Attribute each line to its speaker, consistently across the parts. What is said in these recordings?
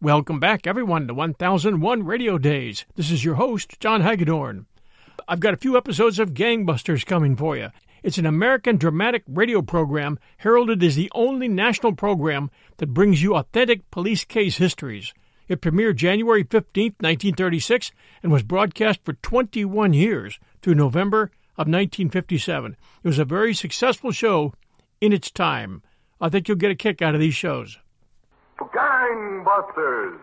Speaker 1: Welcome back, everyone, to 1001 Radio Days. This is your host, John Hagedorn. I've got a few episodes of Gangbusters coming for you. It's an American dramatic radio program heralded as the only national program that brings you authentic police case histories. It premiered January 15, 1936, and was broadcast for 21 years through November of 1957. It was a very successful show in its time. I think you'll get a kick out of these shows.
Speaker 2: Gangbusters.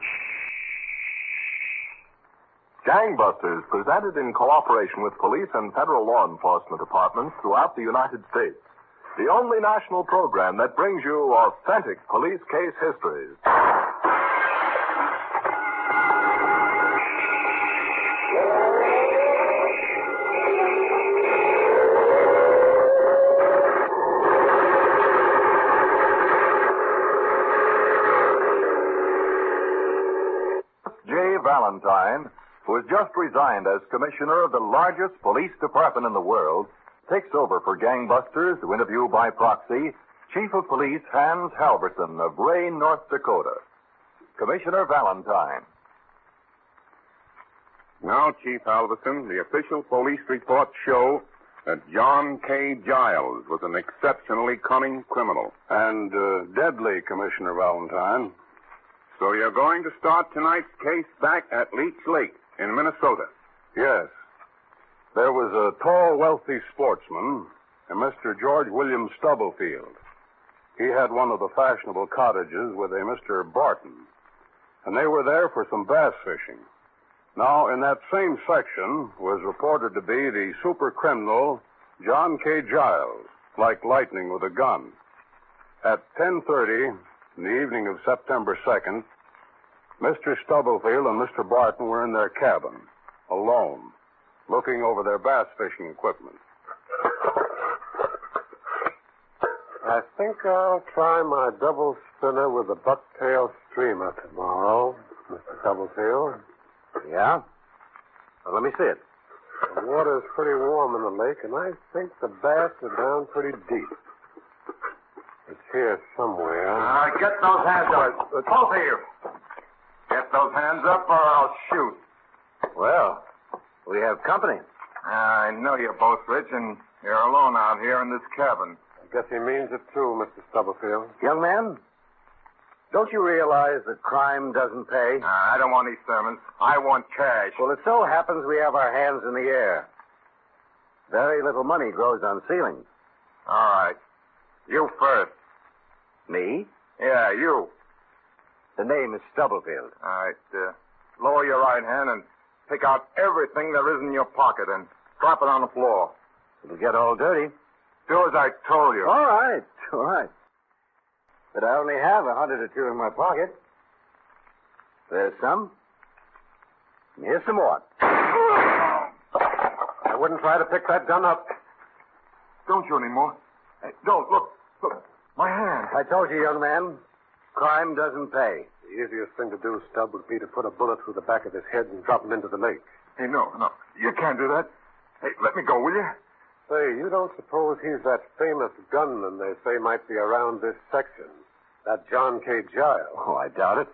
Speaker 2: Gangbusters, presented in cooperation with police and federal law enforcement departments throughout the United States. The only national program that brings you authentic police case histories. J. Valentine, who has just resigned as commissioner of the largest police department in the world, takes over for gangbusters to interview by proxy Chief of Police Hans Halverson of Ray, North Dakota. Commissioner Valentine.
Speaker 3: Now, Chief Halverson, the official police reports show that John K. Giles was an exceptionally cunning criminal.
Speaker 4: And uh, deadly, Commissioner Valentine.
Speaker 3: So you're going to start tonight's case back at Leech Lake in Minnesota.
Speaker 4: Yes. There was a tall, wealthy sportsman, a Mr. George William Stubblefield. He had one of the fashionable cottages with a Mr. Barton, and they were there for some bass fishing. Now, in that same section was reported to be the super criminal John K. Giles, like lightning with a gun. At 10:30 in the evening of September 2nd, Mr. Stubblefield and Mr. Barton were in their cabin, alone, looking over their bass fishing equipment.
Speaker 5: I think I'll try my double spinner with a bucktail streamer tomorrow, Mr. Stubblefield.
Speaker 6: Oh, Yeah? Well, let me see it.
Speaker 5: The water's pretty warm in the lake, and I think the bass are down pretty deep. It's here somewhere.
Speaker 2: Uh, get those hands up. Both of you. Get those hands up or I'll shoot.
Speaker 6: Well, we have company.
Speaker 2: I know you're both rich and you're alone out here in this cabin.
Speaker 5: I guess he means it too, Mr. Stubblefield.
Speaker 6: Young man, don't you realize that crime doesn't pay?
Speaker 2: Uh, I don't want any sermons. I want cash.
Speaker 6: Well, it so happens we have our hands in the air. Very little money grows on ceilings.
Speaker 2: All right. You first.
Speaker 6: Me?
Speaker 2: Yeah, you.
Speaker 6: The name is Stubblefield.
Speaker 2: All right. Uh, lower your right hand and pick out everything there is in your pocket and drop it on the floor.
Speaker 6: It'll get all dirty.
Speaker 2: Do as I told you.
Speaker 6: All right, all right. But I only have a hundred or two in my pocket. There's some. And here's some more.
Speaker 5: I wouldn't try to pick that gun up.
Speaker 2: Don't you anymore. Hey, don't. Look. Look. My hand.
Speaker 6: I told you, young man, crime doesn't pay.
Speaker 5: The easiest thing to do, Stubb, would be to put a bullet through the back of his head and drop him into the lake.
Speaker 2: Hey, no, no. You can't do that. Hey, let me go, will you?
Speaker 5: Say, you don't suppose he's that famous gunman they say might be around this section? That John K. Giles.
Speaker 6: Oh, I doubt it.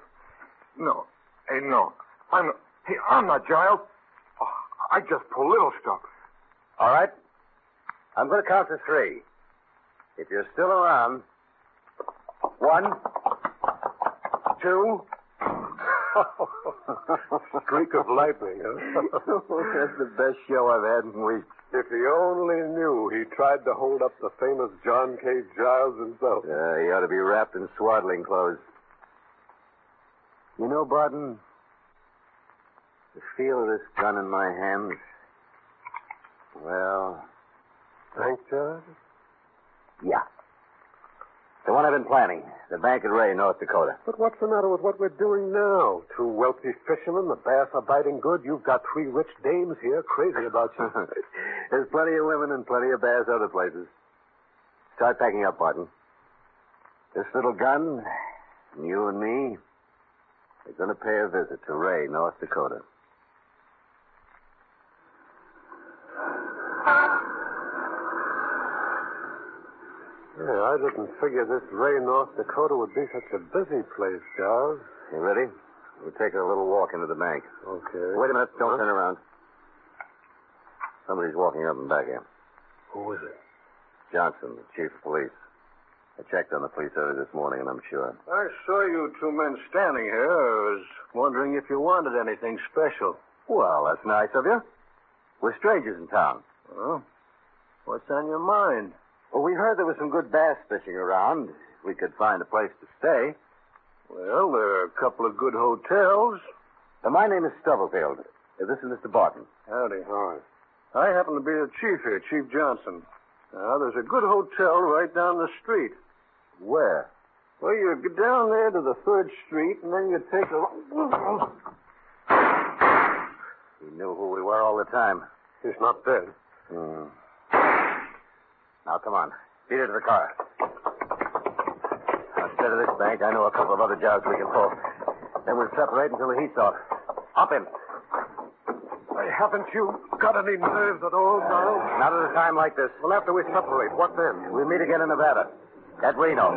Speaker 2: No. Hey, no. I'm. Hey, I'm not Giles. Oh, I just pull little stuff.
Speaker 6: All right. I'm going to count to three. If you're still around, one, two.
Speaker 5: Streak of lightning, huh?
Speaker 6: That's the best show I've had in weeks.
Speaker 5: if he only knew he tried to hold up the famous John K. Giles himself.
Speaker 6: Uh, he ought to be wrapped in swaddling clothes. You know, Barton, the feel of this gun in my hands, well,
Speaker 5: Thank God.
Speaker 6: yeah. The one I've been planning, the bank at Ray, North Dakota.
Speaker 5: But what's the matter with what we're doing now? Two wealthy fishermen, the bass are biting good. You've got three rich dames here crazy about you.
Speaker 6: There's plenty of women and plenty of bass other places. Start packing up, Barton. This little gun, you and me, are going to pay a visit to Ray, North Dakota.
Speaker 5: yeah, I didn't figure this Ray, North Dakota would be such a busy place, Giles.
Speaker 6: You ready? We'll take a little walk into the bank.
Speaker 5: Okay.
Speaker 6: Wait a minute. Don't turn around. Somebody's walking up and back here.
Speaker 5: Who is it?
Speaker 6: Johnson, the chief of police. I checked on the police early this morning, and I'm sure.
Speaker 5: I saw you two men standing here. I was wondering if you wanted anything special.
Speaker 6: Well, that's nice of you. We're strangers in town.
Speaker 5: Well, what's on your mind?
Speaker 6: Well, we heard there was some good bass fishing around. If We could find a place to stay.
Speaker 5: Well, there are a couple of good hotels.
Speaker 6: Uh, my name is Stubblefield. Uh, This is Mr. Barton.
Speaker 5: Howdy, Horace. I happen to be the chief here, Chief Johnson. Now, there's a good hotel right down the street.
Speaker 6: Where?
Speaker 5: Well, you get down there to the third street, and then you take a.
Speaker 6: He knew who we were all the time.
Speaker 5: He's not dead.
Speaker 6: Hmm. Now, come on. Beat her to the car. Instead of this bank, I know a couple of other jobs we can pull. Then we'll separate until the heat's off. Hop in.
Speaker 5: Why, haven't you got any nerves at all, Donald?
Speaker 6: Not at a time like this.
Speaker 5: Well, after we separate, what then?
Speaker 6: We'll meet again in Nevada. At Reno.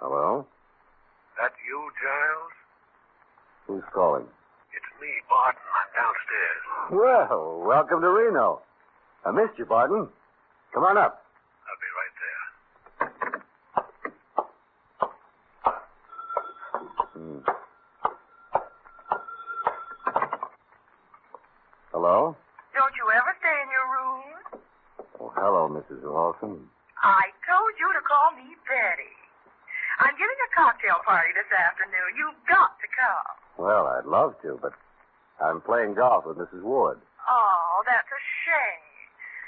Speaker 6: Hello?
Speaker 7: That you, Giles?
Speaker 6: Who's calling?
Speaker 7: It's me, Barton. I'm downstairs.
Speaker 6: Well, welcome to Reno. I missed you, Barton. Come on up.
Speaker 7: I'll be right there.
Speaker 6: Hmm. Hello?
Speaker 8: Don't you ever stay in your room?
Speaker 6: Oh, hello, Mrs. Lawson.
Speaker 8: I told you to call me Betty. I'm giving a cocktail party this afternoon. You've got to come.
Speaker 6: Well, I'd love to, but I'm playing golf with Mrs. Ward.
Speaker 8: Oh, that's a shame.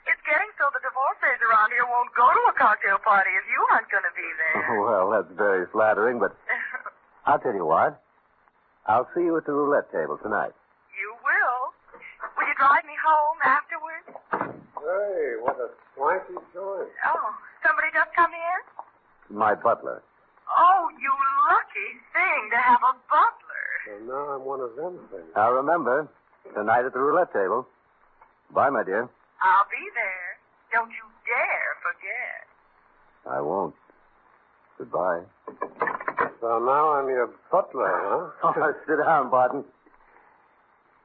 Speaker 8: It's getting so the divorcees around here won't go to a cocktail party if you aren't going to be there.
Speaker 6: well, that's very flattering, but I'll tell you what. I'll see you at the roulette table tonight.
Speaker 8: you will. Will you drive me home afterwards?
Speaker 5: Hey, what a swanky joint.
Speaker 8: Oh, somebody just come in?
Speaker 6: My butler.
Speaker 8: Oh, you lucky thing to have a butler.
Speaker 5: Well, now I'm one of them things.
Speaker 6: Now remember, tonight at the roulette table. Bye, my dear.
Speaker 8: I'll be there. Don't you dare forget.
Speaker 6: I won't. Goodbye.
Speaker 5: So now I'm your butler, huh?
Speaker 6: Oh, sit down, Barton.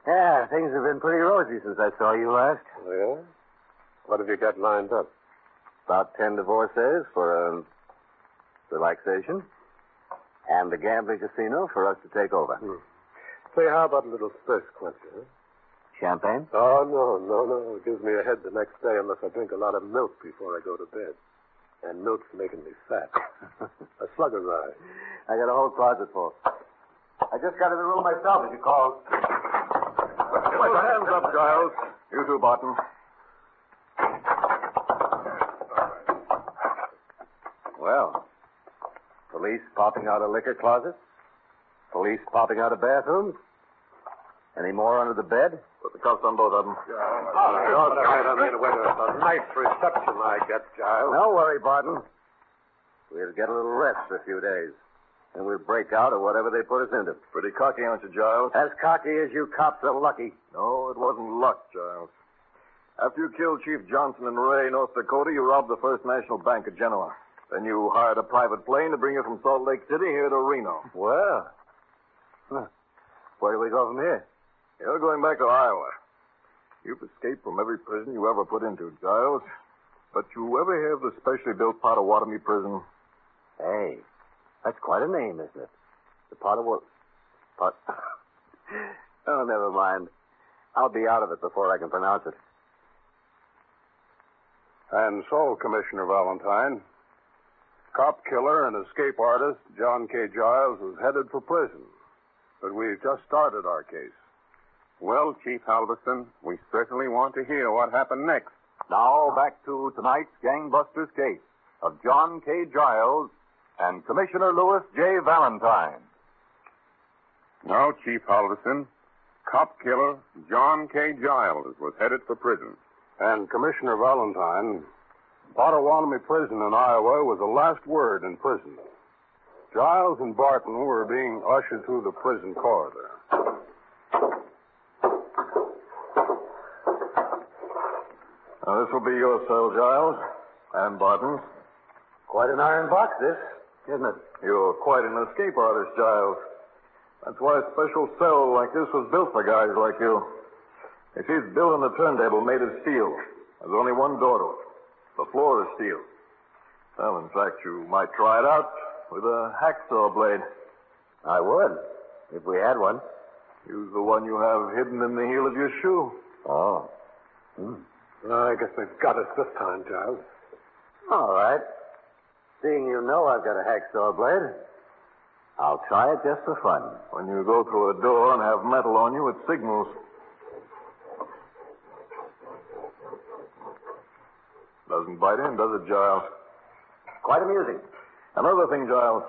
Speaker 6: Yeah, things have been pretty rosy since I saw you last.
Speaker 5: Oh, Yeah? What have you got lined up?
Speaker 6: About ten divorcees for um, relaxation, and the gambling casino for us to take over.
Speaker 5: Hmm. Say, how about a little thirst quencher? huh?
Speaker 6: Champagne?
Speaker 5: Oh, no, no, no. It gives me a head the next day unless I drink a lot of milk before I go to bed. And milk's making me fat. a slug of rye.
Speaker 6: I got a whole closet full. I just got in the room myself as you called.
Speaker 5: Put your hands up, Giles.
Speaker 2: You too, Barton.
Speaker 6: Well, police popping out of liquor closets, police popping out of bathrooms. Any more under the bed?
Speaker 2: Put the cuffs on both of them.
Speaker 5: Oh, right, I mean, whether it's a nice reception I get, Giles.
Speaker 6: No worry, Barton. We'll get a little rest for a few days, and we'll break out of whatever they put us into.
Speaker 2: Pretty cocky, aren't you, Giles?
Speaker 6: As cocky as you cops are lucky.
Speaker 2: No, Oh, it wasn't luck, Giles. After you killed Chief Johnson in Ray, North Dakota, you robbed the First National Bank of Genoa. Then you hired a private plane to bring you from Salt Lake City here to Reno.
Speaker 6: Well, huh. where do we go from here?
Speaker 2: You're going back to Iowa. You've escaped from every prison you ever put into, Giles. But you ever hear of the specially built Potawatomi prison?
Speaker 6: Hey, that's quite a name, isn't it? The Potawatomi. Pot. oh, never mind. I'll be out of it before I can pronounce it.
Speaker 4: And so, Commissioner Valentine, cop killer and escape artist John K. Giles was headed for prison. But we've just started our case.
Speaker 3: Well, Chief Halverson, we certainly want to hear what happened next.
Speaker 2: Now back to tonight's gangbusters case of John K. Giles and Commissioner Lewis J. Valentine.
Speaker 3: Now, Chief Halverson, cop killer John K. Giles was headed for prison.
Speaker 4: And Commissioner Valentine, Potawatomi Prison in Iowa was the last word in prison. Giles and Barton were being ushered through the prison corridor.
Speaker 2: Now, this will be your cell, Giles. And Barton.
Speaker 6: Quite an iron box, this, isn't it?
Speaker 2: You're quite an escape artist, Giles. That's why a special cell like this was built for guys like you. You see, it's built on a turntable made of steel. There's only one door to it. The floor is steel. Well, in fact, you might try it out with a hacksaw blade.
Speaker 6: I would, if we had one.
Speaker 2: Use the one you have hidden in the heel of your shoe.
Speaker 6: Oh. Hmm.
Speaker 5: Well, I guess they've got us this time, Giles.
Speaker 6: All right. Seeing you know I've got a hacksaw blade, I'll try it just for fun.
Speaker 2: When you go through a door and have metal on you, it signals. Doesn't bite in, does it, Giles?
Speaker 6: Quite amusing.
Speaker 2: Another thing, Giles.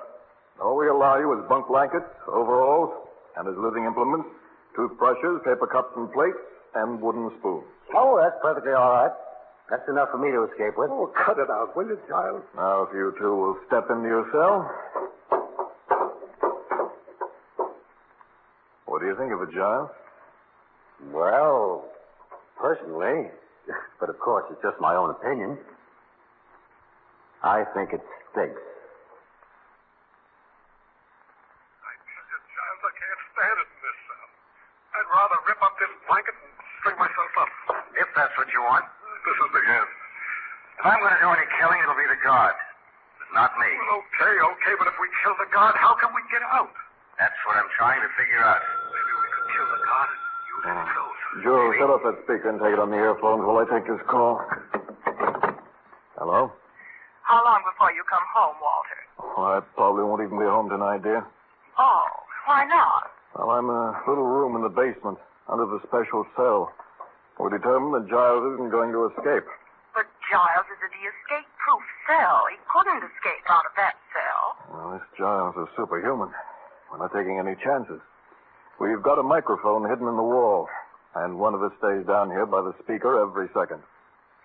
Speaker 2: All we allow you is bunk blankets, overalls, and his living implements, toothbrushes, paper cups and plates, and wooden spoons.
Speaker 6: Oh, that's perfectly all right. That's enough for me to escape with.
Speaker 5: Oh, cut it out, will you, Giles?
Speaker 2: Now, if you two will step into your cell. What do you think of it, Giles?
Speaker 6: Well, personally, but of course it's just my own opinion, I think it stinks.
Speaker 7: I tell you, Giles, I can't stand it in this cell. I'd rather rip up this blanket and string myself up.
Speaker 6: If that's what you want.
Speaker 7: This is the end.
Speaker 6: If I'm going to do any killing, it'll be the guard, not me.
Speaker 7: Well, okay,
Speaker 8: oh.
Speaker 7: okay, but if we kill the guard, how can we get out?
Speaker 6: That's what I'm trying to figure out.
Speaker 7: Maybe we could kill the guard and use his clothes.
Speaker 2: Joe,
Speaker 6: Maybe.
Speaker 2: set off that speaker and take it on the earphones while I take this call. Hello?
Speaker 8: How long before you come home, Walter?
Speaker 2: Oh, I probably won't even be home tonight, dear.
Speaker 8: Oh, why not?
Speaker 2: Well, I'm in a little room in the basement under the special cell. We're determined that Giles isn't going to escape.
Speaker 8: But Giles is in the escape-proof cell. He couldn't escape out of that cell.
Speaker 2: Well, this Giles is superhuman. We're not taking any chances. We've got a microphone hidden in the wall, and one of us stays down here by the speaker every second.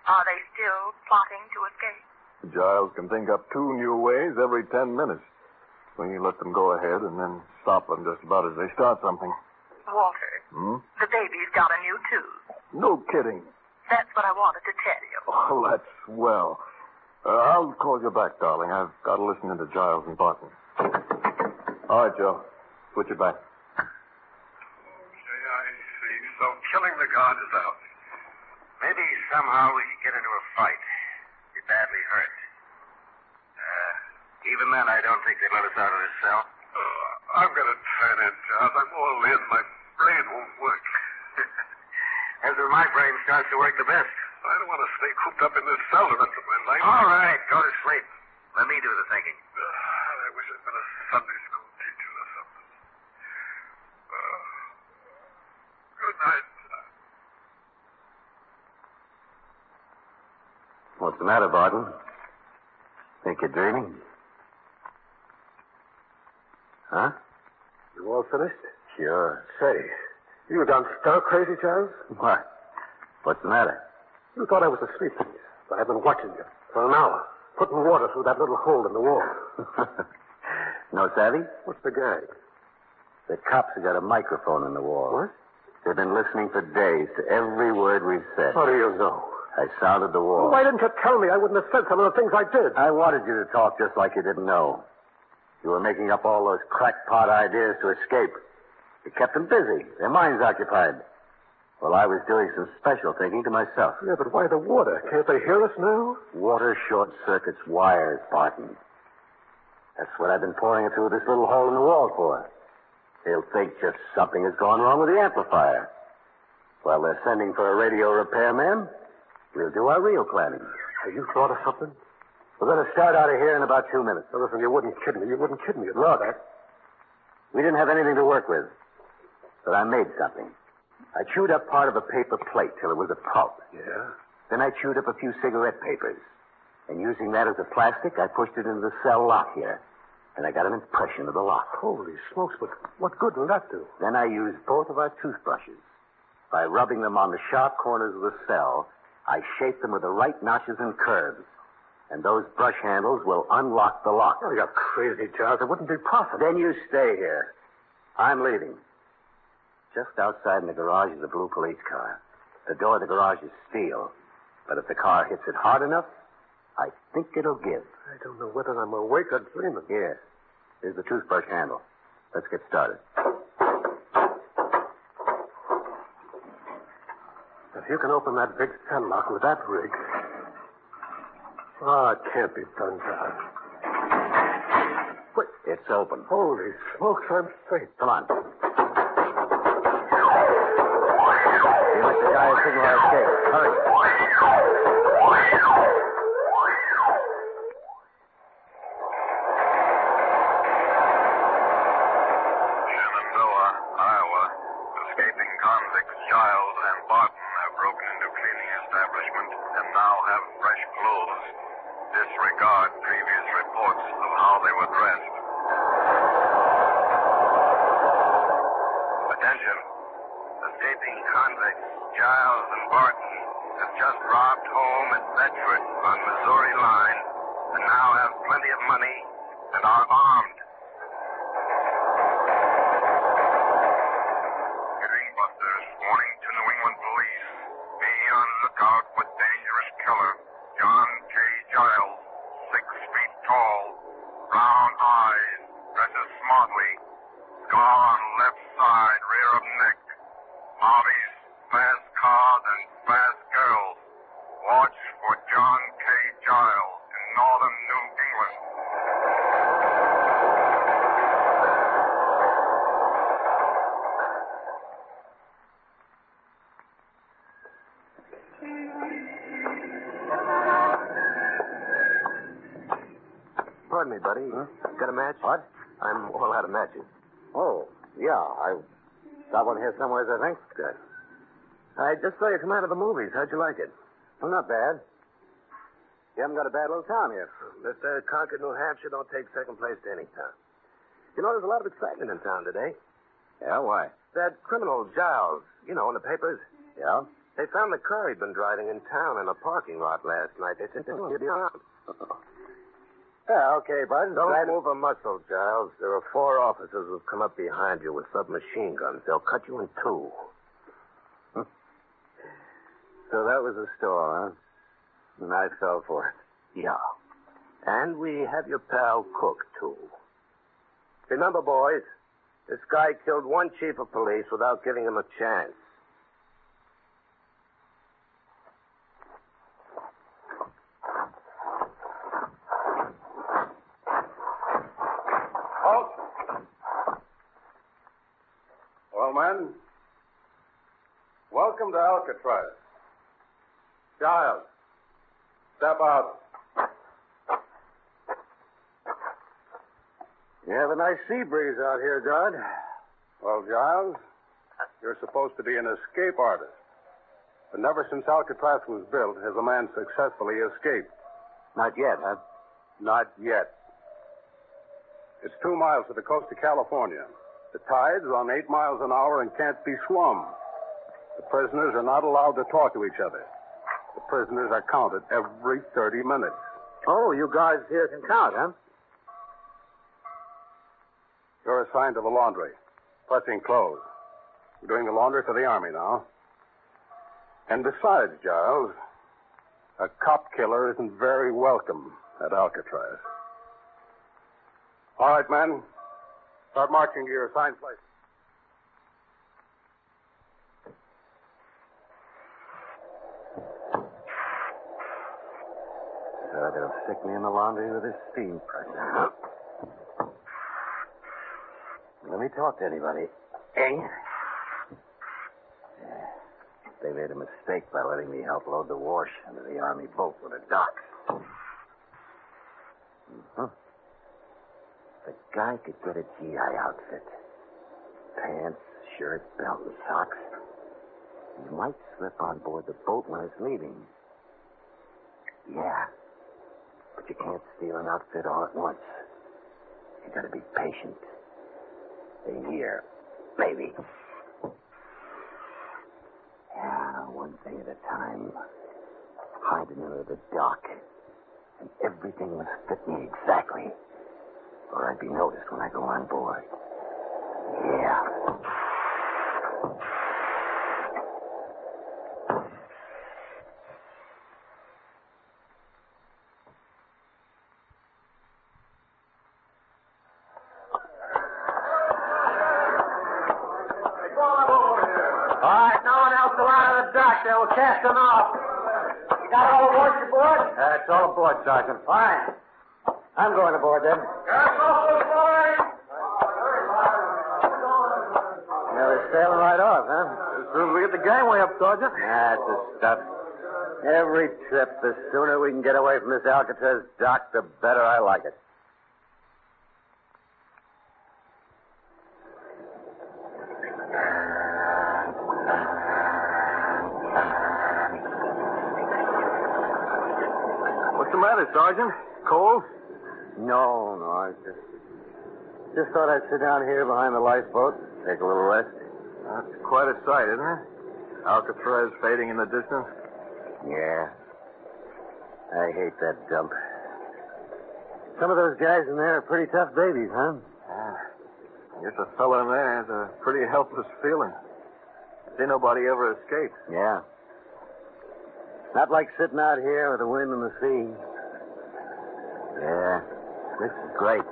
Speaker 8: Are they still plotting to escape?
Speaker 2: Giles can think up two new ways every ten minutes. We let them go ahead and then stop them just about as they start something.
Speaker 8: Walter,
Speaker 2: Hmm?
Speaker 8: the baby's got a new tooth.
Speaker 2: No kidding.
Speaker 8: That's what I wanted to tell you.
Speaker 2: Oh, that's swell. Uh, I'll call you back, darling. I've got to listen in to Giles and Barton. All right, Joe. Switch it back.
Speaker 7: Okay, I see. So killing the guard is out.
Speaker 6: Maybe somehow we could get into a fight. Be badly hurt. Uh, even then, I don't think they'd let us out of this cell.
Speaker 7: Oh, I'm going to turn in, Giles. I'm all in. My brain won't work.
Speaker 6: That's where my brain starts to work the best.
Speaker 7: I don't want to stay cooped up in this cell the rest of my life.
Speaker 6: All right, go to sleep. Let me do the thinking.
Speaker 7: Ah, I wish I'd been a Sunday school teacher or something. Oh. Good night.
Speaker 6: What's the matter, Barton? Think you're dreaming? Huh?
Speaker 5: You all finished?
Speaker 6: Sure.
Speaker 5: Say, you were down star crazy, Giles?
Speaker 6: What? What's the matter?
Speaker 5: You thought I was asleep, didn't you? but I've been watching you for an hour, putting water through that little hole in the wall.
Speaker 6: no savvy?
Speaker 5: What's the gag?
Speaker 6: The cops have got a microphone in the wall.
Speaker 5: What?
Speaker 6: They've been listening for days to every word we've said.
Speaker 5: How do you know?
Speaker 6: I sounded the wall.
Speaker 5: Why didn't you tell me? Oh, I wouldn't have said some of the things I did.
Speaker 6: I wanted you to talk just like you didn't know. You were making up all those crackpot ideas to escape. You kept them busy, their minds occupied. Well, I was doing some special thinking to myself.
Speaker 5: Yeah, but why the water? Can't they hear us now?
Speaker 6: Water short circuits wires, Barton. That's what I've been pouring it through this little hole in the wall for. They'll think just something has gone wrong with the amplifier. Well, they're sending for a radio repairman. We'll do our real planning.
Speaker 5: Have you thought of something?
Speaker 6: We're going to start out of here in about two minutes.
Speaker 5: Now, listen, you wouldn't kid me. You wouldn't kid me.
Speaker 6: Look, we didn't have anything to work with, but I made something. I chewed up part of a paper plate till it was a pulp.
Speaker 5: Yeah?
Speaker 6: Then I chewed up a few cigarette papers. And using that as a plastic, I pushed it into the cell lock here. And I got an impression of the lock.
Speaker 5: Holy smokes, but what good will that do?
Speaker 6: Then I used both of our toothbrushes. By rubbing them on the sharp corners of the cell, I shaped them with the right notches and curves. And those brush handles will unlock the lock.
Speaker 5: Oh, you're crazy, Charles. It wouldn't be possible.
Speaker 6: Then you stay here. I'm leaving. Just outside in the garage is a blue police car. The door of the garage is steel. But if the car hits it hard enough, I think it'll give.
Speaker 5: I don't know whether I'm awake or dreaming.
Speaker 6: Here. Here's the toothbrush handle. Let's get started.
Speaker 5: If you can open that big padlock with that rig. Ah, it can't be done, Charles.
Speaker 6: Quick. It's open.
Speaker 5: Holy smokes, I'm safe.
Speaker 6: Come on. The electric guy has signalized escape. Hurry.
Speaker 7: Shenandoah, Iowa. Escaping convicts Giles and Barton have broken into cleaning establishment and now have fresh clothes. Disregard previous reports of how they were dressed. Attention. Escaping convicts Giles and Barton have just robbed home at Bedford on Missouri line and now have plenty of money and are armed. Gangbusters, warning to New England police. Be on lookout for dangerous killer, John K. Giles, six feet tall, brown eyes, dresses smartly, scar on left side, rear of neck. Hobbies, fast cars and fast girls. Watch for John K. Giles in northern New England.
Speaker 6: Pardon me, buddy. Got a match? What? I'm all out of matches. Oh, yeah. I got one here somewhere, I think. Good. I just saw you come out of the movies. How'd you like it? Well, not bad. You haven't got a bad little town here. Mr. Concord, New Hampshire don't take second place to any town. You know, there's a lot of excitement in town today. Yeah, why? That criminal Giles, you know, in the papers. Yeah? They found the car he'd been driving in town in a parking lot last night. They "Oh, think they will be around. Yeah, okay, Bud. Don't move a muscle, Giles. There are four officers who've come up behind you with submachine guns. They'll cut you in two. so that was the store, huh? And I fell for it. Yeah. And we have your pal Cook, too. Remember, boys, this guy killed one chief of police without giving him a chance.
Speaker 4: Halt! Well, men, welcome to Alcatraz. Giles, step out.
Speaker 5: You have a nice sea breeze out here, Dodd.
Speaker 4: Well, Giles, you're supposed to be an escape artist. But never since Alcatraz was built has a man successfully escaped.
Speaker 6: Not yet, huh?
Speaker 4: Not yet. It's two miles to the coast of California. The tide's on eight miles an hour and can't be swum. The prisoners are not allowed to talk to each other. The prisoners are counted every 30 minutes.
Speaker 6: Oh, you guys here can count, huh?
Speaker 4: You're assigned to the laundry, pressing clothes. You're doing the laundry for the Army now. And besides, Giles, a cop killer isn't very welcome at Alcatraz. All right, men. Start marching to your assigned place.
Speaker 6: Uh, they'll stick me in the laundry with this steam pressure. Let me talk to anybody. Hey? They made a mistake by letting me help load the wash into the Army boat with a dock. Mhm. The guy could get a GI outfit. Pants, shirt, belt, and socks. He might slip on board the boat when it's leaving. Yeah. But you can't steal an outfit all at once. You gotta be patient. A year, maybe. Yeah, one thing at a time. Hiding under the dock. And everything must fit me exactly, or I'd be noticed when I go on board. Yeah.
Speaker 9: All right, no one else allowed on the dock there. We'll cast them off. You got all aboard your board?
Speaker 6: Uh, it's all aboard, Sergeant.
Speaker 9: Fine.
Speaker 6: I'm going aboard then.
Speaker 9: Cast off those boys.
Speaker 6: Yeah, they're sailing right off, huh?
Speaker 4: As soon as we get the gangway up, Sergeant.
Speaker 6: That's the stuff. Every trip, the sooner we can get away from this Alcatraz dock, the better I like it.
Speaker 4: What's the matter, Sergeant? Cold?
Speaker 6: No, no, I just just thought I'd sit down here behind the lifeboat, take a little rest.
Speaker 4: That's quite a sight, isn't it? Alcatraz fading in the distance.
Speaker 6: Yeah. I hate that dump. Some of those guys in there are pretty tough babies, huh?
Speaker 4: Yeah. Guess a fellow in there has a pretty helpless feeling. See nobody ever escapes.
Speaker 6: Yeah. Not like sitting out here with the wind and the sea. Yeah. This is great.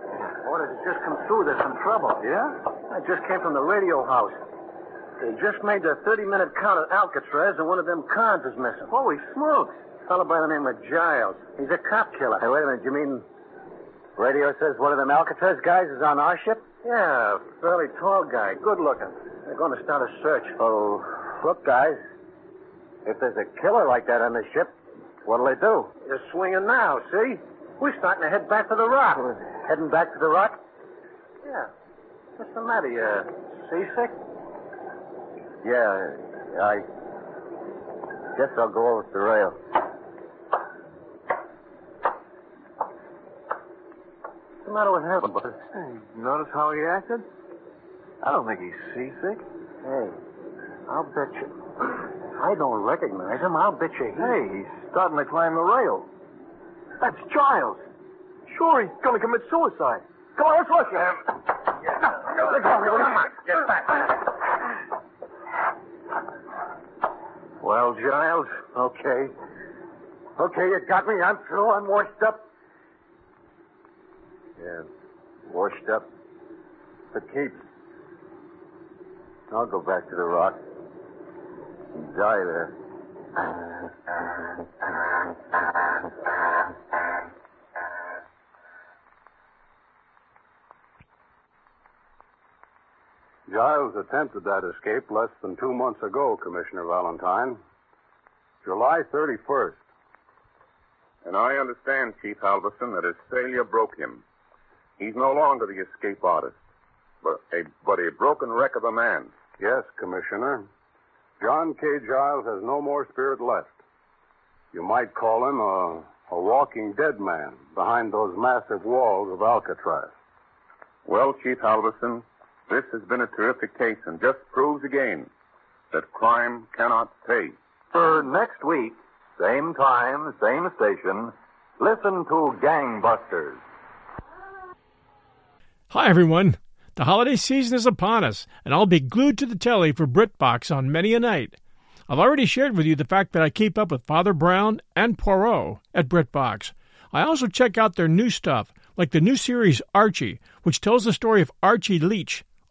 Speaker 9: Orders have just come through. There's some trouble.
Speaker 4: Yeah?
Speaker 9: I just came from the radio house. They just made their 30-minute count at Alcatraz, and one of them cons is missing.
Speaker 4: Holy smokes!
Speaker 9: fellow by the name of Giles. He's a cop killer.
Speaker 6: Hey, wait a minute. You mean radio says one of them Alcatraz guys is on our ship?
Speaker 9: Yeah, fairly tall guy, good looking. They're going to start a search.
Speaker 6: Oh, look, guys. If there's a killer like that on the ship, what'll they do?
Speaker 9: They're swinging now, see? We're starting to head back to the rock.
Speaker 6: Heading back to the rock?
Speaker 9: Yeah. What's the matter? You uh, seasick?
Speaker 6: Yeah, I guess I'll go over to the rail.
Speaker 9: What's the matter with him? Bud?
Speaker 4: Hey, notice how he acted? I don't think he's seasick.
Speaker 9: Hey, I'll bet you. If I don't recognize him, I'll bet you he.
Speaker 4: Hey, he's starting to climb the rail. That's Giles. Sure, he's going to commit suicide. Come on, let's rush him. Let go, let go.
Speaker 9: Get back.
Speaker 4: Well, Giles,
Speaker 6: Okay. Okay, you got me. I'm through. I'm washed up. Yeah, washed up. But keeps. I'll go back to the rock and die there.
Speaker 4: Giles attempted that escape less than two months ago, Commissioner Valentine. July 31st.
Speaker 3: And I understand, Chief Halverson, that his failure broke him. He's no longer the escape artist, but a, but a broken wreck of a man.
Speaker 4: Yes, Commissioner. John K. Giles has no more spirit left. You might call him a, a walking dead man behind those massive walls of Alcatraz.
Speaker 3: Well, Chief Halverson, this has been a terrific case and just proves again that crime cannot pay.
Speaker 2: For next week, same time, same station, listen to Gangbusters.
Speaker 1: Hi, everyone. The holiday season is upon us, and I'll be glued to the telly for BritBox on many a night. I've already shared with you the fact that I keep up with Father Brown and Poirot at BritBox. I also check out their new stuff, like the new series Archie, which tells the story of Archie Leach,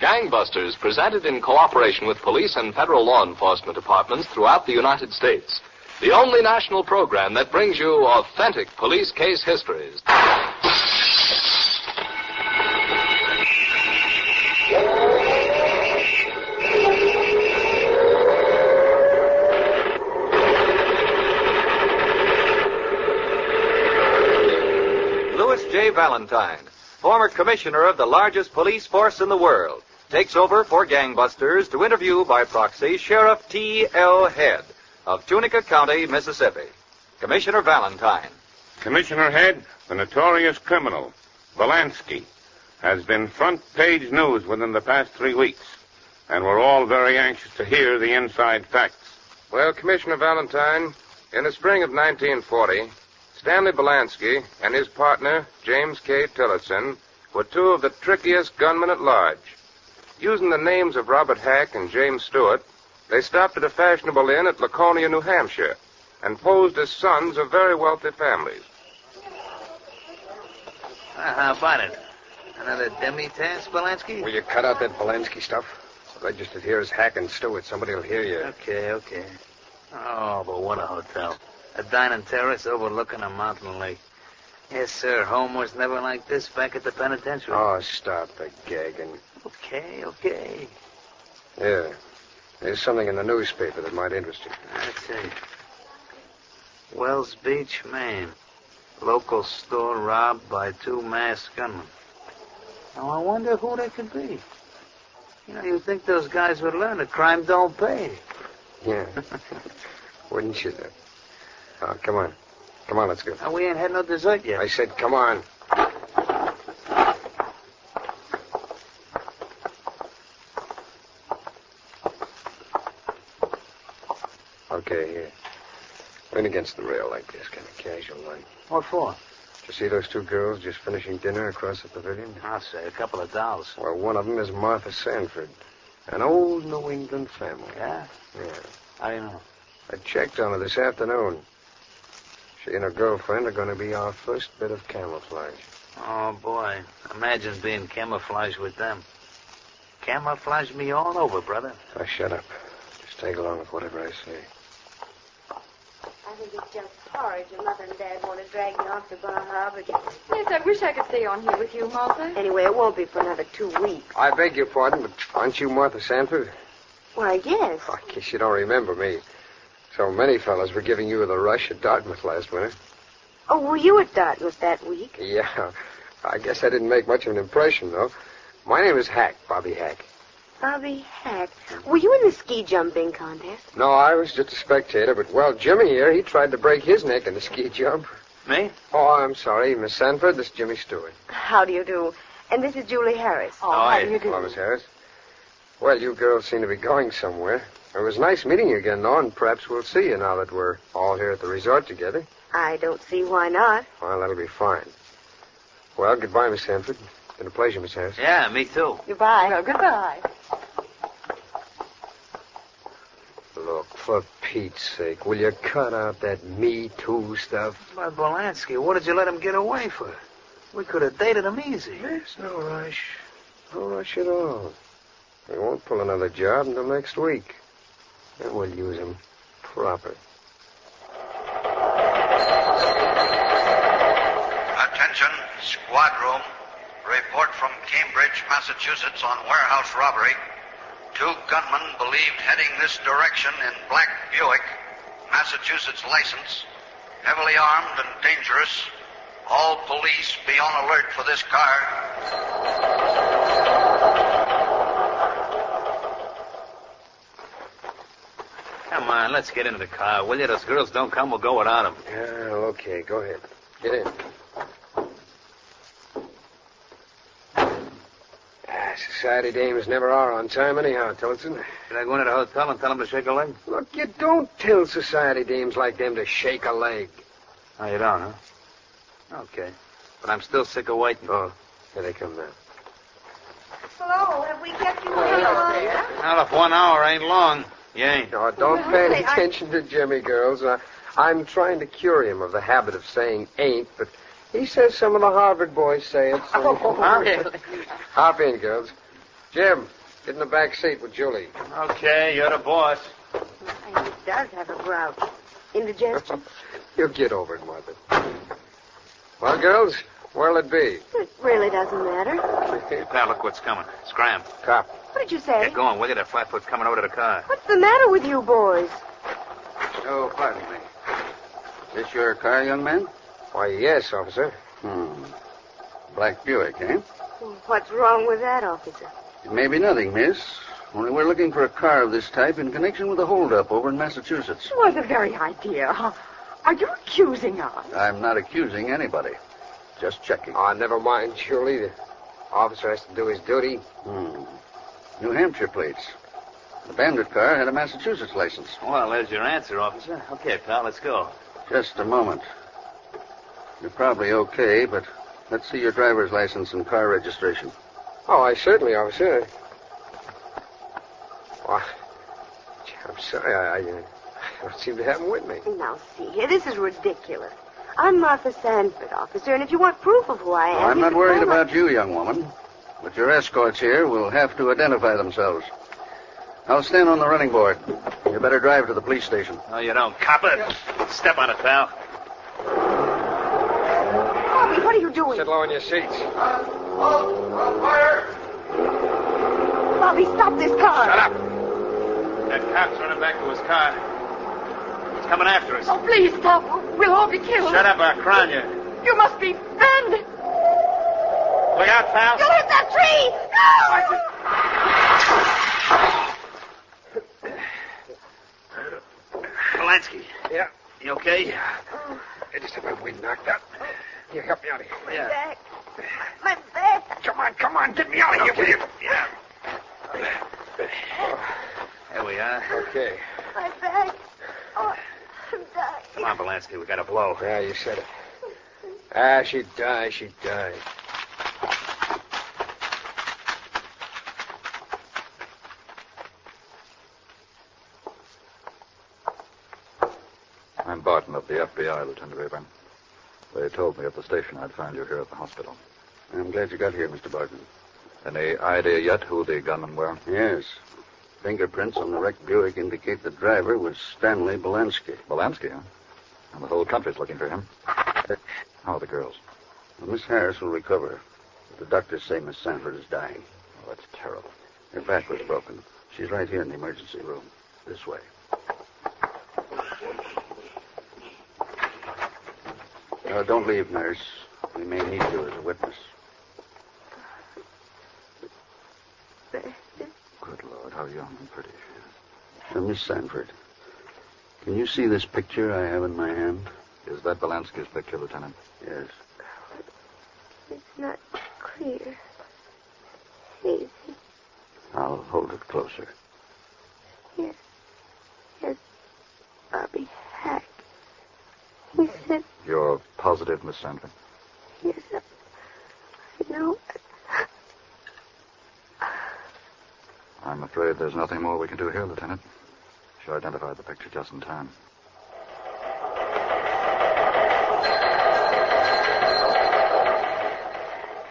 Speaker 10: Gangbusters, presented in cooperation with police and federal law enforcement departments throughout the United States. The only national program that brings you authentic police case histories.
Speaker 11: Louis J. Valentine, former commissioner of the largest police force in the world, takes over for Gangbusters to interview by proxy Sheriff T.L. Head of Tunica County, Mississippi. Commissioner Valentine.
Speaker 3: Commissioner Head, the notorious criminal, Volansky, has been front page news within the past three weeks, and we're all very anxious to hear the inside facts.
Speaker 12: Well, Commissioner Valentine, in the spring of 1940, Stanley Belansky and his partner, James K. Tillotson, were two of the trickiest gunmen at large. Using the names of Robert Hack and James Stewart, they stopped at a fashionable inn at Laconia, New Hampshire, and posed as sons of very wealthy families.
Speaker 13: Uh, how about it? Another demi-task, Belansky?
Speaker 14: Will you cut out that Belansky stuff? Registered here as Hack and Stewart. Somebody will hear you.
Speaker 13: Okay, okay. Oh, but what a hotel. A dining terrace overlooking a mountain lake. Yes, sir. Home was never like this back at the penitentiary.
Speaker 14: Oh, stop the gagging.
Speaker 13: Okay, okay.
Speaker 14: Yeah. There's something in the newspaper that might interest you.
Speaker 13: Let's see. Wells Beach, Maine. Local store robbed by two masked gunmen. Now, I wonder who they could be. You know, you think those guys would learn that crime don't pay.
Speaker 14: Yeah. Wouldn't you, though? Oh, come on. Come on, let's go.
Speaker 13: Now, we ain't had no dessert yet.
Speaker 14: I said, come on. Okay, here. Lean against the rail like this, kind of casual like.
Speaker 13: What for?
Speaker 14: Did you see those two girls just finishing dinner across the pavilion?
Speaker 13: I'll say, a couple of dolls.
Speaker 14: Well, one of them is Martha Sanford, an old New England family.
Speaker 13: Yeah?
Speaker 14: Yeah.
Speaker 13: How do you know?
Speaker 14: I checked on her this afternoon. She and her girlfriend are going to be our first bit of camouflage.
Speaker 13: Oh, boy. Imagine being camouflaged with them. Camouflage me all over, brother.
Speaker 14: Oh, shut up. Just tag along with whatever I say.
Speaker 15: I think it's just horrid your mother and dad want to drag me off to Bar Harbor.
Speaker 16: Yes, I wish I could stay on here with you, Martha.
Speaker 15: Anyway, it won't be for another two weeks.
Speaker 14: I beg your pardon, but aren't you Martha Sanford?
Speaker 15: Why, yes.
Speaker 14: Oh, I guess you don't remember me. So many fellows were giving you the rush at Dartmouth last winter.
Speaker 15: Oh, were you at Dartmouth that week?
Speaker 14: Yeah. I guess I didn't make much of an impression, though. My name is Hack, Bobby Hack.
Speaker 15: Bobby Hack. Were you in the ski jumping contest?
Speaker 14: No, I was just a spectator, but, well, Jimmy here, he tried to break his neck in the ski jump.
Speaker 13: Me?
Speaker 14: Oh, I'm sorry, Miss Sanford. This is Jimmy Stewart.
Speaker 15: How do you do? And this is Julie Harris.
Speaker 13: Oh, how
Speaker 14: do you do? Hello, Miss Harris. Well, you girls seem to be going somewhere. It was nice meeting you again, though, and perhaps we'll see you now that we're all here at the resort together.
Speaker 15: I don't see why not.
Speaker 14: Well, that'll be fine. Well, goodbye, Miss Sanford. Been a pleasure, Miss Harris.
Speaker 13: Yeah, me too.
Speaker 15: Goodbye.
Speaker 16: Well, goodbye.
Speaker 14: Look, for Pete's sake, will you cut out that Me Too stuff?
Speaker 13: But Bolansky, what did you let him get away for? We could have dated him easy.
Speaker 14: There's no rush. No rush at all. We won't pull another job until next week. Then we'll use him proper.
Speaker 17: Attention, squad room. Report from Cambridge, Massachusetts on warehouse robbery. Two gunmen believed heading this direction in black Buick, Massachusetts license, heavily armed and dangerous. All police be on alert for this car.
Speaker 13: Come on, let's get into the car, will you? Those girls don't come, we'll go without them.
Speaker 14: Yeah, okay, go ahead. Get in. Ah, Society dames never are on time, anyhow, Tillotson.
Speaker 13: Should I go into the hotel and tell them to shake a leg?
Speaker 14: Look, you don't tell society dames like them to shake a leg.
Speaker 13: Oh, you don't, huh? Okay. But I'm still sick of waiting.
Speaker 14: Oh, here they come now.
Speaker 15: Hello, have we kept you waiting long?
Speaker 13: Well, if one hour ain't long, you ain't.
Speaker 14: Oh, don't
Speaker 15: Well,
Speaker 14: pay any
Speaker 15: I-
Speaker 14: attention to Jimmy, girls. I, I'm trying to cure him of the habit of saying ain't, but he says some of the Harvard boys say it. So...
Speaker 13: Oh, really?
Speaker 14: Hop in, girls. Jim, get in the back seat with Julie.
Speaker 13: Okay, you're the boss.
Speaker 15: And he does have a grouch. Indigestion?
Speaker 14: You'll get over it, Martha. Well, uh, girls, where'll it be?
Speaker 15: it really doesn't matter.
Speaker 13: Now look what's coming. Scram. Cop.
Speaker 15: What did you say?
Speaker 13: Get going. We'll get a flatfoot coming over to the car.
Speaker 15: What's the matter with you boys?
Speaker 17: Oh, pardon me. Is this your car, young man?
Speaker 14: Why, yes, officer.
Speaker 17: Hmm. Black Buick, eh?
Speaker 15: What's wrong with that, officer?
Speaker 17: It may be nothing, miss. Only we're looking for a car of this type in connection with a holdup over in Massachusetts.
Speaker 18: Why, the very idea. Are you accusing us?
Speaker 17: I'm not accusing anybody. Just checking.
Speaker 14: Oh, never mind, Julie. The officer has to do his duty.
Speaker 17: Hmm. New Hampshire plates. The bandit car had a Massachusetts license.
Speaker 13: Well, there's your answer, officer. Okay, pal, let's go.
Speaker 17: Just a moment. You're probably okay, but let's see your driver's license and car registration.
Speaker 14: Oh, I certainly, officer. Why, gee, I'm sorry. I, I, uh, don't seem to have him with me.
Speaker 15: Now, see here, this is ridiculous. I'm Martha Sanford, officer, and if you want proof of who I am,
Speaker 17: Well, I'm
Speaker 15: you
Speaker 17: not
Speaker 15: can
Speaker 17: worried
Speaker 15: call my-
Speaker 17: about you, young woman. But your escorts here will have to identify themselves. I'll stand on the running board. You better drive to the police station.
Speaker 13: No, you don't. Copper, step on it, pal.
Speaker 15: Bobby, what are you doing?
Speaker 14: Sit low in your seats.
Speaker 15: Bobby, stop this car.
Speaker 13: Shut up. That cop's running back to his car. He's coming after us.
Speaker 18: Oh, please stop. We'll all be killed.
Speaker 13: Shut up, I'll crown you.
Speaker 18: You must be bandit.
Speaker 13: Look out, pal.
Speaker 18: You'll hit that tree. No!
Speaker 13: Polanski.
Speaker 14: Yeah. Oh.
Speaker 13: You okay?
Speaker 14: I just had my wind knocked out. You help me out of here.
Speaker 13: My Yeah.
Speaker 15: back. My back.
Speaker 14: Come on, come on, get me out of here, will you?
Speaker 13: Yeah. There we are.
Speaker 14: Okay.
Speaker 15: My back. Oh, I'm dying.
Speaker 13: Come on, Polanski, we got a blow.
Speaker 14: Yeah, you said it. Ah, she died, she died.
Speaker 19: I'm Barton of the FBI, Lieutenant Rayburn. They told me at the station I'd find you here at the hospital.
Speaker 17: I'm glad you got here, Mr. Barton.
Speaker 19: Any idea yet who the gunmen were?
Speaker 17: Yes. Fingerprints on the wrecked Buick indicate the driver was Stanley Belansky.
Speaker 19: Bolansky, huh? And the whole country's looking for him. How are the girls?
Speaker 17: Well, Miss Harris will recover. But the doctors say Miss Sanford is dying.
Speaker 19: Oh, that's terrible.
Speaker 17: Her back was broken. She's right here in the emergency room. This way. Uh, don't leave, nurse. We may need you as a witness. Good Lord, how young and pretty she is. Now, Uh, Miss Sanford, can you see this picture I have in my hand?
Speaker 19: Is that Belansky's picture, Lieutenant?
Speaker 17: Yes.
Speaker 15: It's not clear. Hazy.
Speaker 17: I'll hold it closer.
Speaker 15: Yes. Yes. Bobby Hack. He said,
Speaker 19: You're positive, Miss Sanford?
Speaker 15: yes, I I know.
Speaker 19: I'm afraid there's nothing more we can do here, Lieutenant. She identified the picture just in time.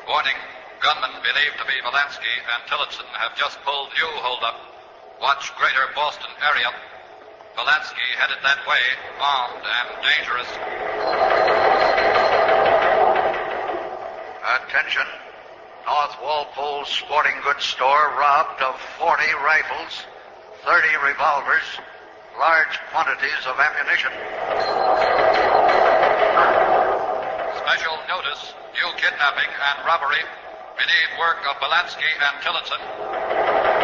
Speaker 20: Warning. Gunmen believed to be Valansky and Tillotson have just pulled new holdup. Watch greater Boston area. Valansky headed that way, armed and dangerous. Attention. North Walpole Sporting Goods Store robbed of 40 rifles, 30 revolvers, large quantities of ammunition. Special notice, new kidnapping and robbery. Believed work of Belansky and Tillotson.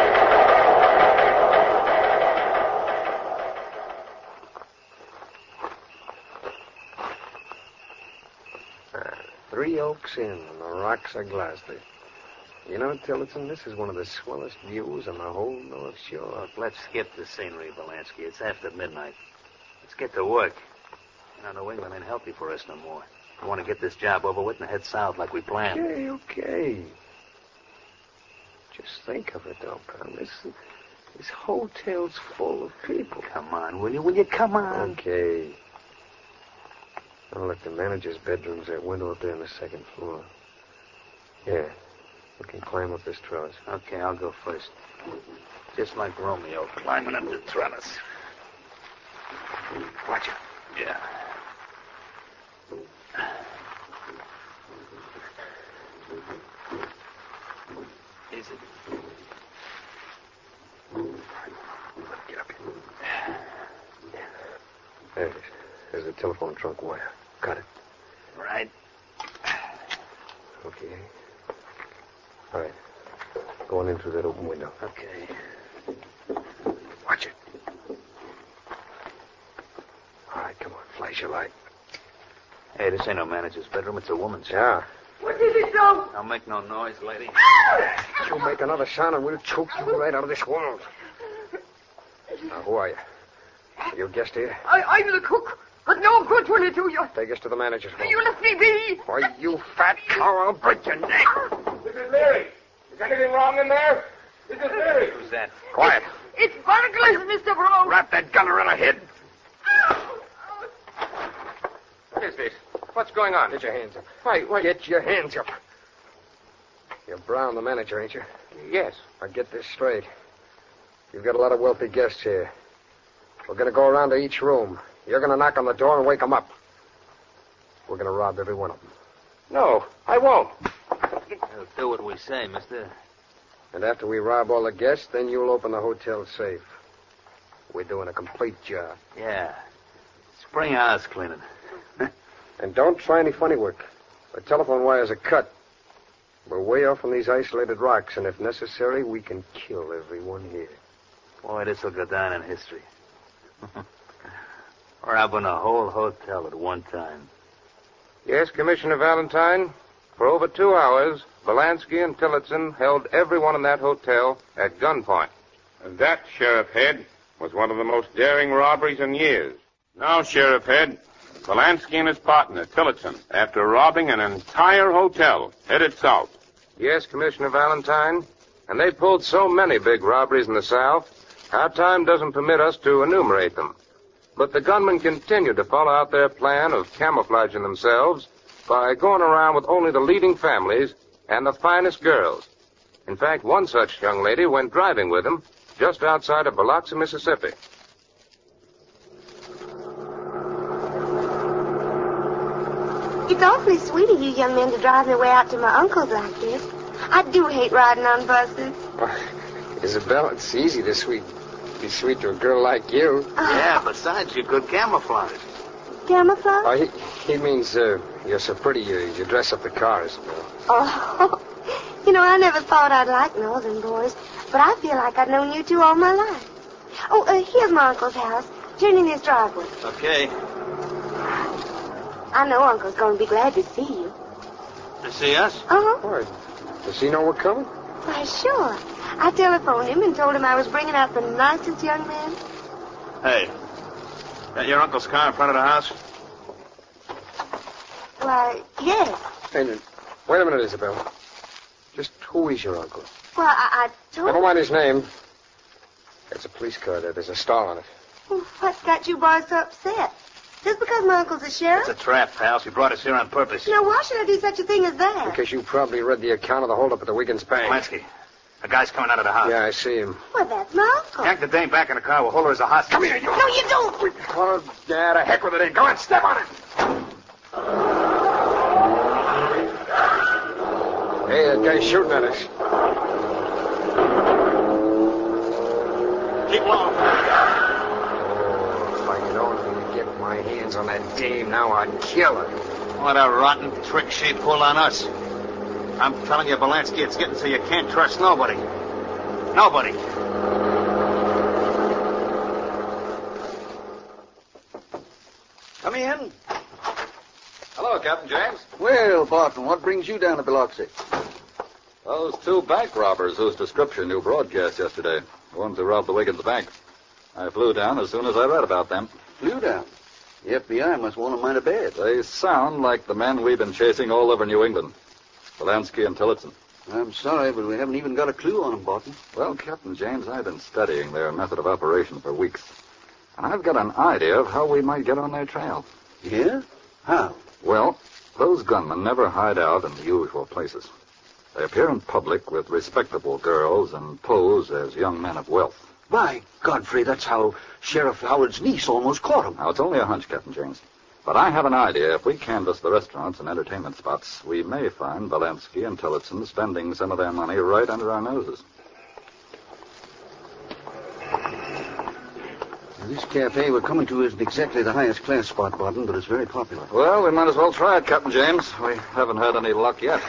Speaker 14: Ah, Three Oaks Inn on the rocks of Gloucester. You know, Tillotson, this is one of the swellest views on the
Speaker 21: Oh,
Speaker 14: whole North Shore.
Speaker 21: Let's skip the scenery, Belansky. It's after midnight. Let's get to work. You know, New England ain't healthy for us no more. I want to get this job over with and head south like we planned.
Speaker 14: Okay, okay. Just think of it, though, pal. This, this hotel's full of people.
Speaker 21: Come on, will you? Will you come on?
Speaker 14: Okay. Oh, look, the manager's bedroom's that window up there on the second floor. Yeah.
Speaker 13: We can climb up this trellis. Okay, I'll go first. Just like Romeo climbing up the trellis. Watch it. Yeah. Is it? Get up here.
Speaker 14: There it is. There's the telephone trunk wire. Cut it.
Speaker 13: Right.
Speaker 14: Okay. All right. Going in through that open window.
Speaker 13: Okay.
Speaker 14: Watch it. All right, come on. Flash your light.
Speaker 13: Hey, this ain't no manager's bedroom. It's a woman's.
Speaker 14: Yeah.
Speaker 18: What is it, though? Ah!
Speaker 13: Don't make no noise, lady.
Speaker 14: You make another sound and we'll choke you right out of this world. Now, who are you? Are you a guest here?
Speaker 18: I, I'm the cook, but no good when I do you.
Speaker 14: Take us to the manager's room.
Speaker 18: You let me be.
Speaker 14: Why, you fat cow, I'll break your neck.
Speaker 22: This is Leary. Is anything wrong in there? This is Leary.
Speaker 13: Who's that?
Speaker 14: Quiet.
Speaker 18: It's burglars, Mr. Brown.
Speaker 14: Wrap that gun around her head.
Speaker 12: What is this? What's going on?
Speaker 14: Get your hands up.
Speaker 12: Why, why?
Speaker 14: Get your hands up. You're Brown, the manager, ain't you?
Speaker 12: Yes.
Speaker 14: Now get this straight. You've got a lot of wealthy guests here. We're going to go around to each room. You're going to knock on the door and wake them up. We're going to rob every one of them.
Speaker 12: No, I won't.
Speaker 13: Well, do what we say, mister.
Speaker 14: And after we rob all the guests, then you'll open the hotel safe. We're doing a complete job.
Speaker 13: Yeah. Spring house cleaning.
Speaker 14: And don't try any funny work. The telephone wires are cut. We're way off on these isolated rocks, and if necessary, we can kill everyone here.
Speaker 13: Boy, this'll go down in history. Robbing a whole hotel at one time.
Speaker 12: Yes, Commissioner Valentine. For over two hours, Belansky and Tillotson held everyone in that hotel at gunpoint.
Speaker 3: And that, Sheriff Head, was one of the most daring robberies in years. Now, Sheriff Head, Polanski and his partner, Tillotson, after robbing an entire hotel, headed south.
Speaker 12: Yes, Commissioner Valentine. And they pulled so many big robberies in the South, our time doesn't permit us to enumerate them. But the gunmen continued to follow out their plan of camouflaging themselves by going around with only the leading families and the finest girls. In fact, one such young lady went driving with them just outside of Biloxi, Mississippi.
Speaker 15: It's awfully sweet of you young men to drive your way out to my uncle's like this. I do hate riding on buses.
Speaker 14: Isabel, it's easy to sweet, be sweet to a girl like you.
Speaker 13: Yeah, besides, you could camouflage.
Speaker 15: Camouflage?
Speaker 14: Oh, he, he means uh, you're so pretty you, you dress up the car, Isabel.
Speaker 15: Oh, you know, I never thought I'd like northern boys, but I feel like I've known you two all my life. Oh, uh, here's my uncle's house. Turn in his driveway.
Speaker 13: Okay.
Speaker 15: I know Uncle's going to be glad to see you.
Speaker 13: To see us?
Speaker 15: Uh-huh.
Speaker 14: Why, does he know we're coming?
Speaker 15: Why, sure. I telephoned him and told him I was bringing out the nicest young man.
Speaker 13: Hey, got your uncle's car in front of the house?
Speaker 15: Why, yes.
Speaker 14: Wait a minute, Wait a minute Isabel. Just who is your uncle?
Speaker 15: Well, I, I told
Speaker 14: Never mind his name. It's a police car there. There's a star on it.
Speaker 15: Well, What's got you boys so upset? Just because my uncle's a sheriff?
Speaker 13: It's a trap, pal. She brought us here on purpose.
Speaker 15: Now, why should I do such a thing as that?
Speaker 14: Because you probably read the account of the holdup at the Wiggins Bank.
Speaker 13: Lansky, a guy's coming out of the house.
Speaker 14: Yeah, I see him.
Speaker 15: Well, that's my uncle.
Speaker 13: Yank the dame back in the car. We'll hold her as a hostage.
Speaker 14: Come here, you.
Speaker 15: No, you don't.
Speaker 14: Oh, yeah, to heck with it. Go on, step on it. Hey, that guy's shooting at us.
Speaker 13: Keep low.
Speaker 14: If I could only get my hands on that dame now, I'd kill her.
Speaker 13: What a rotten trick she pulled on us. I'm telling you, Belansky, it's getting so you can't trust nobody. Nobody.
Speaker 20: Come in.
Speaker 17: Hello, Captain James.
Speaker 20: Well, Barton, what brings you down to Biloxi? Those two bank robbers whose description you broadcast yesterday. The ones who robbed the Wiggins Bank. I flew down as soon as I read about them. Flew down. The FBI must want 'em mighty bad. They sound like the men we've been chasing all over New England. Polanski and Tillotson. I'm sorry, but we haven't even got a clue on 'em, Barton. Well, Captain James, I've been studying their method of operation for weeks. And I've got an idea of how we might get on their trail. Yeah? How? Well, those gunmen never hide out in the usual places. They appear in public with respectable girls and pose as young men of wealth.
Speaker 8: By Godfrey, that's how Sheriff Howard's niece almost caught him.
Speaker 20: Now, it's only a hunch, Captain James. But I have an idea. If we canvass the restaurants and entertainment spots, we may find Valansky and Tillotson spending some of their money right under our noses.
Speaker 8: This cafe we're coming to isn't exactly the highest class spot, Barton, but it's very popular.
Speaker 20: Well, we might as well try it, Captain James. We haven't had any luck yet.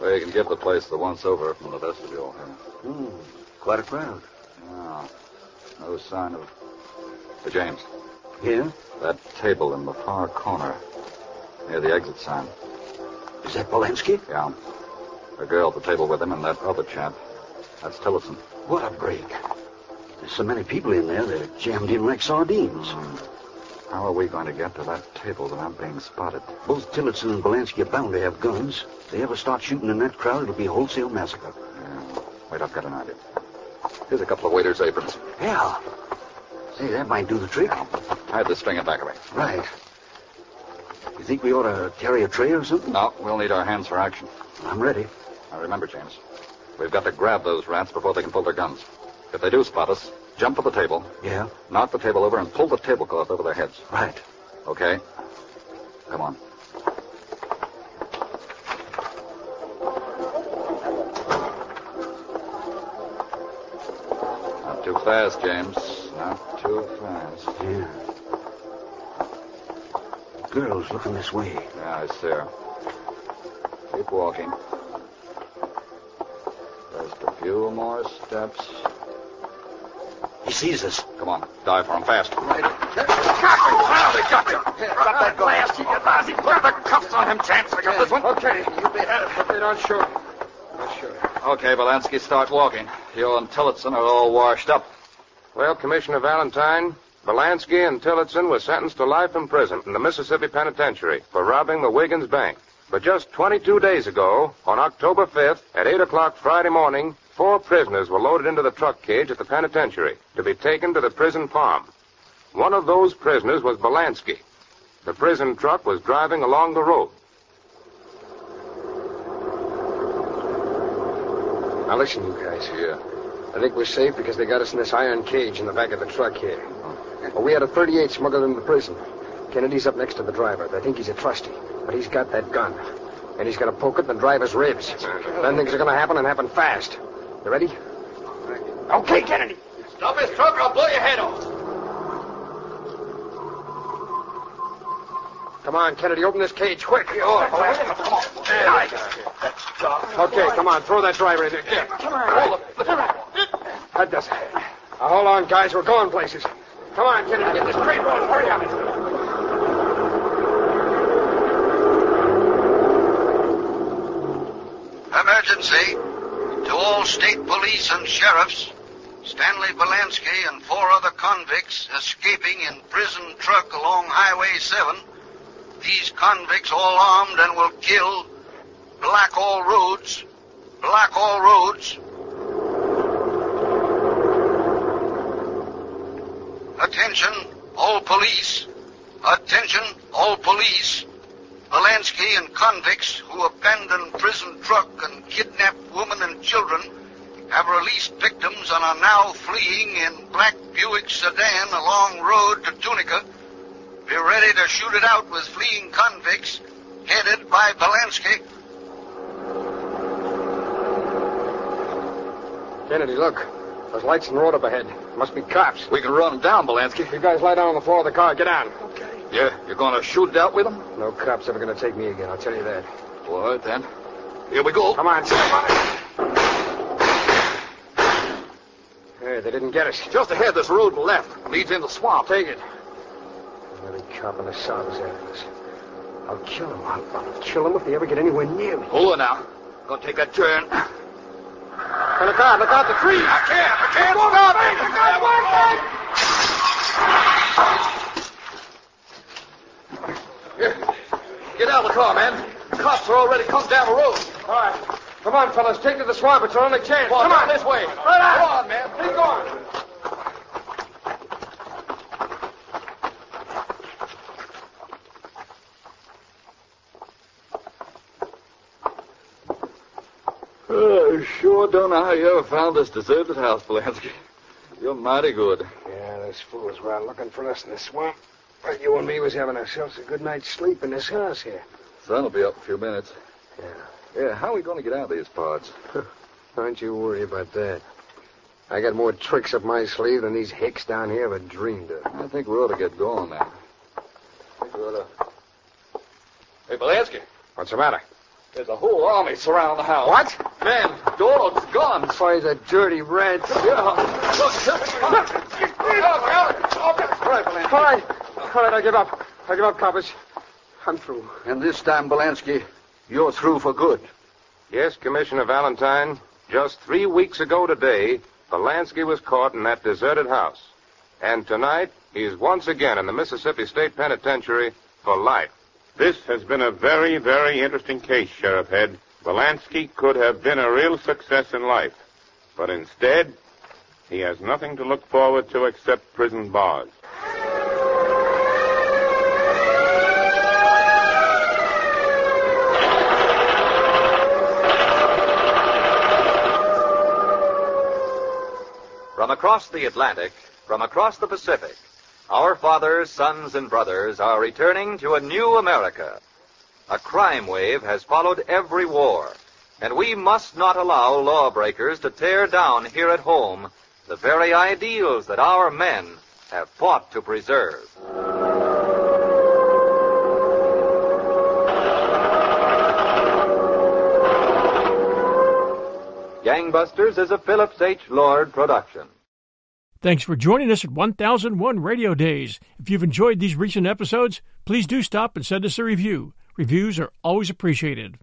Speaker 20: Well, you can give the place the once over from the vestibule here.
Speaker 8: Hmm, quite a crowd.
Speaker 20: Yeah. No sign of. Hey, James.
Speaker 8: Here?
Speaker 20: That table in the far corner, near the exit sign.
Speaker 8: Is that Polanski?
Speaker 20: Yeah. A girl at the table with him and that other chap. That's Tillotson.
Speaker 8: What a break. There's so many people in there, they're jammed in like sardines.
Speaker 20: Hmm. How are we going to get to that table without being spotted?
Speaker 8: Both Tillotson and Polanski are bound to have guns. If they ever start shooting in that crowd, it'll be a wholesale massacre.
Speaker 20: Wait, I've got an idea. Here's a couple of waiters' aprons.
Speaker 8: Yeah. Say, that might do the trick.
Speaker 20: Tie the string and back away.
Speaker 8: Right. You think we ought to carry a tray or something?
Speaker 20: No, we'll need our hands for action.
Speaker 8: I'm ready.
Speaker 20: Now remember, James, we've got to grab those rats before they can pull their guns. If they do spot us, jump for the table.
Speaker 8: Yeah?
Speaker 20: Knock the table over and pull the tablecloth over their heads.
Speaker 8: Right.
Speaker 20: Okay. Come on. Not too fast, James. Not too fast.
Speaker 8: Yeah. Girl's looking this way.
Speaker 20: Yeah, I see her. Keep walking. Just a few more steps.
Speaker 8: He sees us.
Speaker 20: Come on, dive for him fast.
Speaker 8: Right.
Speaker 23: Well, they got him. Drop that glass. He got lousy. Put the cuffs on him, Chance. I got this one.
Speaker 8: Okay. You bet.
Speaker 23: But they don't shoot.
Speaker 20: Okay, Valansky, start walking. You and Tillotson are all washed up.
Speaker 12: Well, Commissioner Valentine, Belansky and Tillotson were sentenced to life in prison in the Mississippi Penitentiary for robbing the Wiggins Bank. But just 22 days ago, on October 5th, at 8 o'clock Friday morning, four prisoners were loaded into the truck cage at the penitentiary to be taken to the prison farm. One of those prisoners was Belansky. The prison truck was driving along the road.
Speaker 14: Now listen, you guys.
Speaker 20: Yeah.
Speaker 14: I think we're safe because they got us in this iron cage in the back of the truck here. Well, we had a 38 smuggled into the prison. Kennedy's up next to the driver. They think he's a trusty, but he's got that gun. And he's going to poke it in the driver's ribs. Then things are going to happen and happen fast. You ready?
Speaker 23: Okay, Kennedy.
Speaker 8: Stop his truck or I'll blow your head off.
Speaker 14: Come on, Kennedy, open this cage quick.
Speaker 8: That's dark.
Speaker 14: Okay, come on, throw that driver in there. Get.
Speaker 8: Come on.
Speaker 14: That does it. Now, hold on, guys. We're going places. Come on, Kennedy, get this crate rolling. Hurry up.
Speaker 17: Emergency. To all state police and sheriffs, Stanley Belansky and four other convicts escaping in prison truck along Highway 7. These convicts all armed and will kill. Black all roads. Black all roads. Attention, all police. Attention, all police. Belansky and convicts who abandoned prison truck and kidnapped women and children have released victims and are now fleeing in black Buick sedan along road to Tunica. Be ready to shoot it out with fleeing convicts headed by Belansky.
Speaker 14: Kennedy, look. There's lights in the road up ahead. Must be cops.
Speaker 20: We can run 'em down, Belansky.
Speaker 14: You guys lie down on the floor of the car. Get down.
Speaker 20: Yeah, you're going to shoot it out with them?
Speaker 14: No cop's ever going to take me again, I'll tell you that.
Speaker 20: All right, then. Here we go.
Speaker 14: Come on, Sam. Hey, they didn't get us.
Speaker 20: Just ahead, this road to the left leads into the swamp.
Speaker 14: Take it. Another cop in the south is after us. I'll kill him. I'll, I'll kill him if they ever get anywhere near me.
Speaker 20: Hold on now. Gonna take that turn.
Speaker 14: And look out, look out, the trees.
Speaker 20: I can't, I can't. Look out, I got one thing. Get out of the car, man. Cops are already come down the road.
Speaker 14: All right. Come on, fellas, take to the swamp. It's our only chance.
Speaker 20: Come on,
Speaker 14: Come on.
Speaker 20: this way.
Speaker 14: Right
Speaker 20: Come on, man.
Speaker 14: Keep going.
Speaker 20: I Uh, sure don't know how you ever found this deserted house, Polanski. You're mighty good.
Speaker 14: Yeah, those fools were out looking for us in the swamp. But you and me was having ourselves a good night's sleep in this house here.
Speaker 20: Sun will be up in a few minutes.
Speaker 14: Yeah.
Speaker 20: Yeah, how are we going to get out of these parts?
Speaker 14: Don't you worry about that. I got more tricks up my sleeve than these hicks down here ever dreamed of.
Speaker 20: I think we ought to get going now. I think we ought to...
Speaker 12: Hey, Polanski.
Speaker 14: What's the matter?
Speaker 20: There's a whole army surrounding the house.
Speaker 14: What?
Speaker 20: Men, dogs, guns.
Speaker 14: Why, the dirty rats.
Speaker 20: Yeah. Look.
Speaker 14: All right. All right, I give up. I give up, coppers. I'm through.
Speaker 20: And this time, Belansky, you're through for good.
Speaker 12: Yes, Commissioner Valentine. Just three weeks ago today, Polanski was caught in that deserted house. And tonight, he's once again in the Mississippi State Penitentiary for life. This has been a very, very interesting case, Sheriff Head. Polanski could have been a real success in life. But instead, he has nothing to look forward to except prison bars.
Speaker 11: From across the Atlantic, from across the Pacific, our fathers, sons, and brothers are returning to a new America. A crime wave has followed every war, and we must not allow lawbreakers to tear down here at home the very ideals that our men have fought to preserve. Gangbusters is a Phillips H. Lord production.
Speaker 1: Thanks for joining us at 1001 Radio Days. If you've enjoyed these recent episodes, please do stop and send us a review. Reviews are always appreciated.